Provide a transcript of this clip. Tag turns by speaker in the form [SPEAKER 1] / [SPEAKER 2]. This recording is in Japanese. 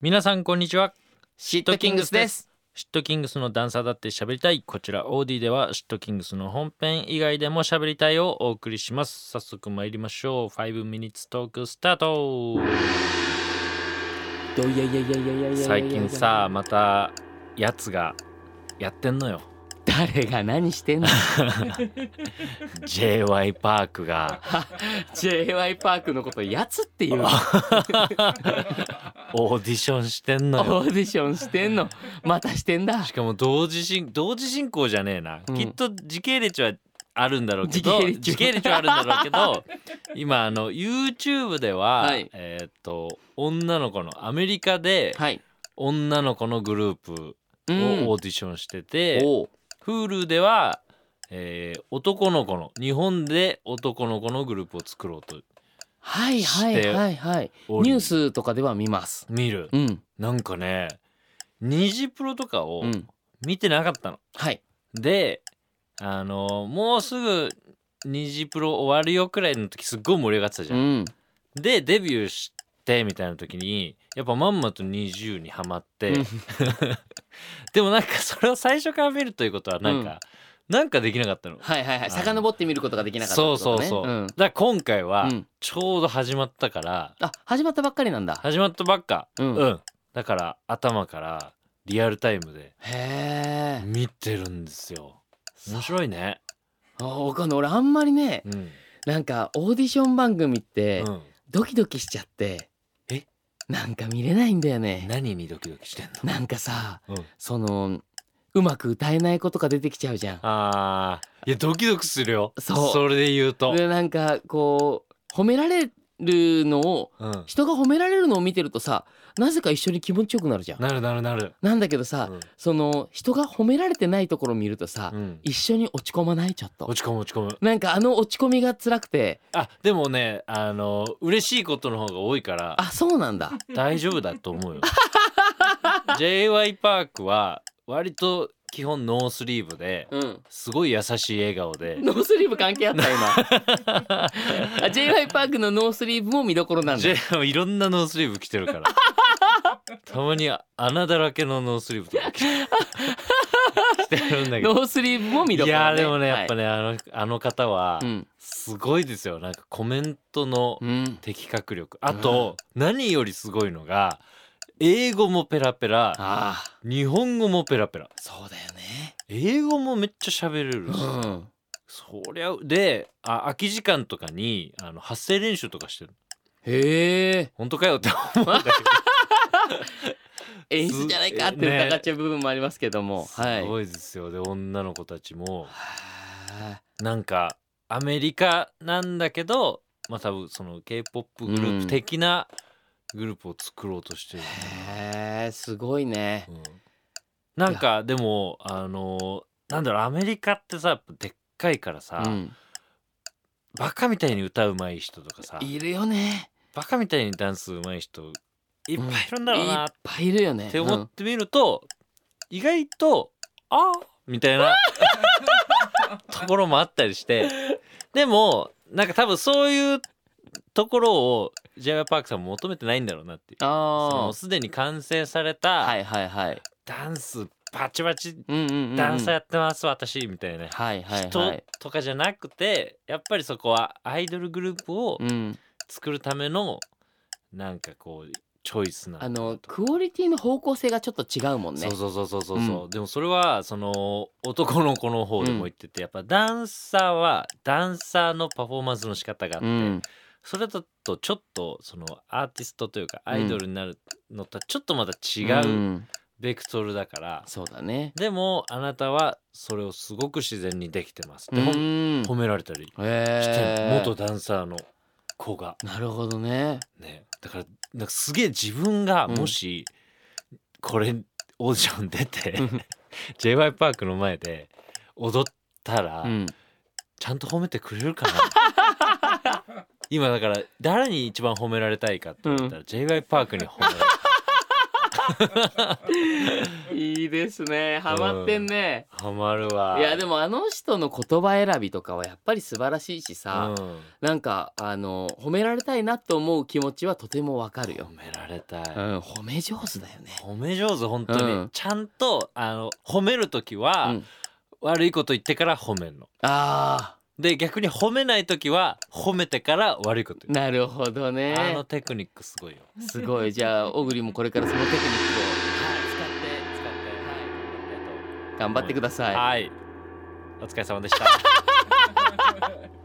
[SPEAKER 1] 皆さんこんにちは
[SPEAKER 2] シットキングスです。
[SPEAKER 1] シットキングスのダンサーだって喋りたいこちら OD ではシットキングスの本編以外でも喋りたいをお送りします早速参りましょう5 minutes トークスタート
[SPEAKER 2] いやいやいやいやいやいやいや
[SPEAKER 1] 最近さまたやつがやってんのよ
[SPEAKER 2] 誰が何してんの
[SPEAKER 1] j y パークが
[SPEAKER 2] J.Y. パークのことやつっていうの
[SPEAKER 1] オーディションしてんのよ
[SPEAKER 2] オーディションしてんのまたしてんだ
[SPEAKER 1] しかも同時進同時進行じゃねえな、
[SPEAKER 2] うん
[SPEAKER 1] きっと時系列はあるんだろうけど
[SPEAKER 2] 時系列
[SPEAKER 1] 時系列はあるんだろうけ ど今あの YouTube では、
[SPEAKER 2] はい
[SPEAKER 1] えーっと女の子のアメリカで
[SPEAKER 2] はい
[SPEAKER 1] 女の子のグループ
[SPEAKER 2] う
[SPEAKER 1] を
[SPEAKER 2] ん
[SPEAKER 1] オーディションしてて、
[SPEAKER 2] おう
[SPEAKER 1] Hulu では、えー男の子の日本で男の子のグループを作ろうと
[SPEAKER 2] はいはいはいはい
[SPEAKER 1] おり
[SPEAKER 2] ニュースとかでは見ます
[SPEAKER 1] 見る
[SPEAKER 2] うん
[SPEAKER 1] なんかね二次プロとかを
[SPEAKER 2] うん
[SPEAKER 1] 見てなかったの。
[SPEAKER 2] はい
[SPEAKER 1] であのもうすぐ二次プロ終わるよくらいの時すっごい盛り上がってたじ
[SPEAKER 2] う
[SPEAKER 1] ゃん。
[SPEAKER 2] ん
[SPEAKER 1] でデビューしてみたいな時にやっぱまんまと20にはまって、
[SPEAKER 2] うん
[SPEAKER 1] でもなんかそれを最初から見るということはなんか、なんかできなかったの。だか
[SPEAKER 2] はいはいはい遡って見ることができなかったってこ
[SPEAKER 1] そう
[SPEAKER 2] とね
[SPEAKER 1] そうそ
[SPEAKER 2] うん
[SPEAKER 1] ら今回は
[SPEAKER 2] うん
[SPEAKER 1] ちょうど始まったから、
[SPEAKER 2] あ始まったばっかりなんだ
[SPEAKER 1] 始まったばっか、
[SPEAKER 2] う
[SPEAKER 1] うんんだから頭からリアルタイムで
[SPEAKER 2] へえ
[SPEAKER 1] 見てるんですよ。面白いね。
[SPEAKER 2] わかんない俺あんまりね
[SPEAKER 1] うん
[SPEAKER 2] なんかオーディション番組って
[SPEAKER 1] うん、
[SPEAKER 2] ドキドキしちゃって
[SPEAKER 1] え
[SPEAKER 2] なんか見れないんだよね
[SPEAKER 1] 何にドキドキしてんの
[SPEAKER 2] なんかさ
[SPEAKER 1] うん
[SPEAKER 2] そのうまく歌えないことが出てきちゃうじゃん
[SPEAKER 1] あーいやドキドキするよ
[SPEAKER 2] そう
[SPEAKER 1] それで言うと、
[SPEAKER 2] でなんかこう褒められるのを
[SPEAKER 1] うん、
[SPEAKER 2] 人が褒められるのを見てるとさなぜか一緒に気持ちよくなるじゃん
[SPEAKER 1] なるなるなる、
[SPEAKER 2] なんだけどさ
[SPEAKER 1] うん
[SPEAKER 2] その人が褒められてないところを見るとさ
[SPEAKER 1] うん、
[SPEAKER 2] 一緒に落ち込まないちょっと
[SPEAKER 1] 落ち込む落ち込む
[SPEAKER 2] なんかあの落ち込みが辛くて
[SPEAKER 1] あでもねあの嬉しいことの方が多いから
[SPEAKER 2] あそうなんだ
[SPEAKER 1] 大丈夫だと 思うよ j y パークは割と基本ノースリーブで
[SPEAKER 2] うん
[SPEAKER 1] すごい優しい笑顔で
[SPEAKER 2] ノースリーブ関係あった今 あ J.Y. パークのノースリーブも見どころなんだ
[SPEAKER 1] J いろんなノースリーブ着てる からたまに穴だらけのノースリーブとか着て着てるんだけ ど
[SPEAKER 2] ノースリーブも見ど
[SPEAKER 1] い
[SPEAKER 2] ころ、ね、
[SPEAKER 1] やーでもねやっぱ
[SPEAKER 2] ね、
[SPEAKER 1] ね、あのあの方は
[SPEAKER 2] うん、
[SPEAKER 1] すごいですよなんかコメントの
[SPEAKER 2] うん、
[SPEAKER 1] 的確力あと何よりすごいのが英語もペラペラ
[SPEAKER 2] ああ
[SPEAKER 1] 日本語もペラペラ
[SPEAKER 2] そうだよね
[SPEAKER 1] 英語もめっちゃ喋れるし
[SPEAKER 2] うん
[SPEAKER 1] そりゃであ空き時間とかにあの発声練習とかしてる
[SPEAKER 2] へえ
[SPEAKER 1] 本当かよって思うんだけ
[SPEAKER 2] 演出じゃないかって
[SPEAKER 1] ね
[SPEAKER 2] 疑っちゃう部分もありますけども、
[SPEAKER 1] ど
[SPEAKER 2] はい
[SPEAKER 1] すごいですよで女の子たちも
[SPEAKER 2] はあ
[SPEAKER 1] なんかアメリカなんだけどまあ多分その k p o p グルー
[SPEAKER 2] うん
[SPEAKER 1] プ的なグループを作ろうとしてる、
[SPEAKER 2] へえすごいね
[SPEAKER 1] うんなんかでもあのなんだろうアメリカってさやっぱでっかいからさ、
[SPEAKER 2] うん
[SPEAKER 1] バカみたいに歌うまい人とかさ
[SPEAKER 2] いるよね
[SPEAKER 1] バカみたいにダンスうまい人いっぱいいるんだろう
[SPEAKER 2] い
[SPEAKER 1] な
[SPEAKER 2] っ
[SPEAKER 1] っ
[SPEAKER 2] ぱいいるよね
[SPEAKER 1] て思ってみると、意外とあーみたい なところもあったりしてでもなんか多分そういうところを j y パークさんも求めてないんだろうなっていうそ
[SPEAKER 2] うんあ
[SPEAKER 1] のすでに完成された、
[SPEAKER 2] あはいはいはい
[SPEAKER 1] ダンスバチバチ
[SPEAKER 2] うんうんうんうん
[SPEAKER 1] ダンサーやってます私みたいな
[SPEAKER 2] はいはいは
[SPEAKER 1] 人
[SPEAKER 2] い
[SPEAKER 1] とかじゃなくてやっぱりそこはアイドルグループを
[SPEAKER 2] うん
[SPEAKER 1] 作るためのなんかこうチョイスな
[SPEAKER 2] あのクオリティの方向性がちょっと違うもんね
[SPEAKER 1] そうそうそうそうそうそううでもそれはその男の子の方でも言っててやっぱダンサーはダンサーのパフォーマンスの仕方があっ
[SPEAKER 2] う
[SPEAKER 1] て
[SPEAKER 2] ん
[SPEAKER 1] それだとちょっとそのアーティストというか
[SPEAKER 2] うん
[SPEAKER 1] アイドルになるのとはちょっとまた違うんベクトルだから
[SPEAKER 2] そうだね
[SPEAKER 1] でもあなたはそれをすごく自然にできてますで
[SPEAKER 2] う
[SPEAKER 1] も
[SPEAKER 2] ん
[SPEAKER 1] 褒められたりしてんの
[SPEAKER 2] へえ
[SPEAKER 1] 元ダンサーの子が
[SPEAKER 2] なるほどね
[SPEAKER 1] ねだからなんかすげえ自分が
[SPEAKER 2] うん
[SPEAKER 1] もしこれオーディション出て、
[SPEAKER 2] うん
[SPEAKER 1] j y パークの前で踊ったら、
[SPEAKER 2] うん
[SPEAKER 1] ちゃんと褒めてくれるかな 今だから誰に一番褒められたいかって言ったら、j y パークに褒められたい
[SPEAKER 2] いいですねハマってんね、
[SPEAKER 1] ハマるわ
[SPEAKER 2] いやで
[SPEAKER 1] も
[SPEAKER 2] もあの人の言葉選びとかはやっぱり素晴らしいしさ、
[SPEAKER 1] うん、
[SPEAKER 2] なんかあの褒められたいなと思う気持ちはとてもわかるよ
[SPEAKER 1] 褒、められたい、
[SPEAKER 2] うん、褒め上手だよね、
[SPEAKER 1] 褒め上手本当に、
[SPEAKER 2] うん
[SPEAKER 1] ちゃんとあの褒める時
[SPEAKER 2] う
[SPEAKER 1] は、
[SPEAKER 2] ん、
[SPEAKER 1] 悪いこと言ってから褒めるの
[SPEAKER 2] あ
[SPEAKER 1] で逆に褒めない時は褒めてから悪いこと
[SPEAKER 2] ー
[SPEAKER 1] 言う、
[SPEAKER 2] なるほど
[SPEAKER 1] あ
[SPEAKER 2] ね
[SPEAKER 1] のテクニックすごいよ
[SPEAKER 2] すごいじゃあ小栗もこれからそのテクニック
[SPEAKER 1] 使って
[SPEAKER 2] を頑張ってください
[SPEAKER 1] はいお疲れ様でした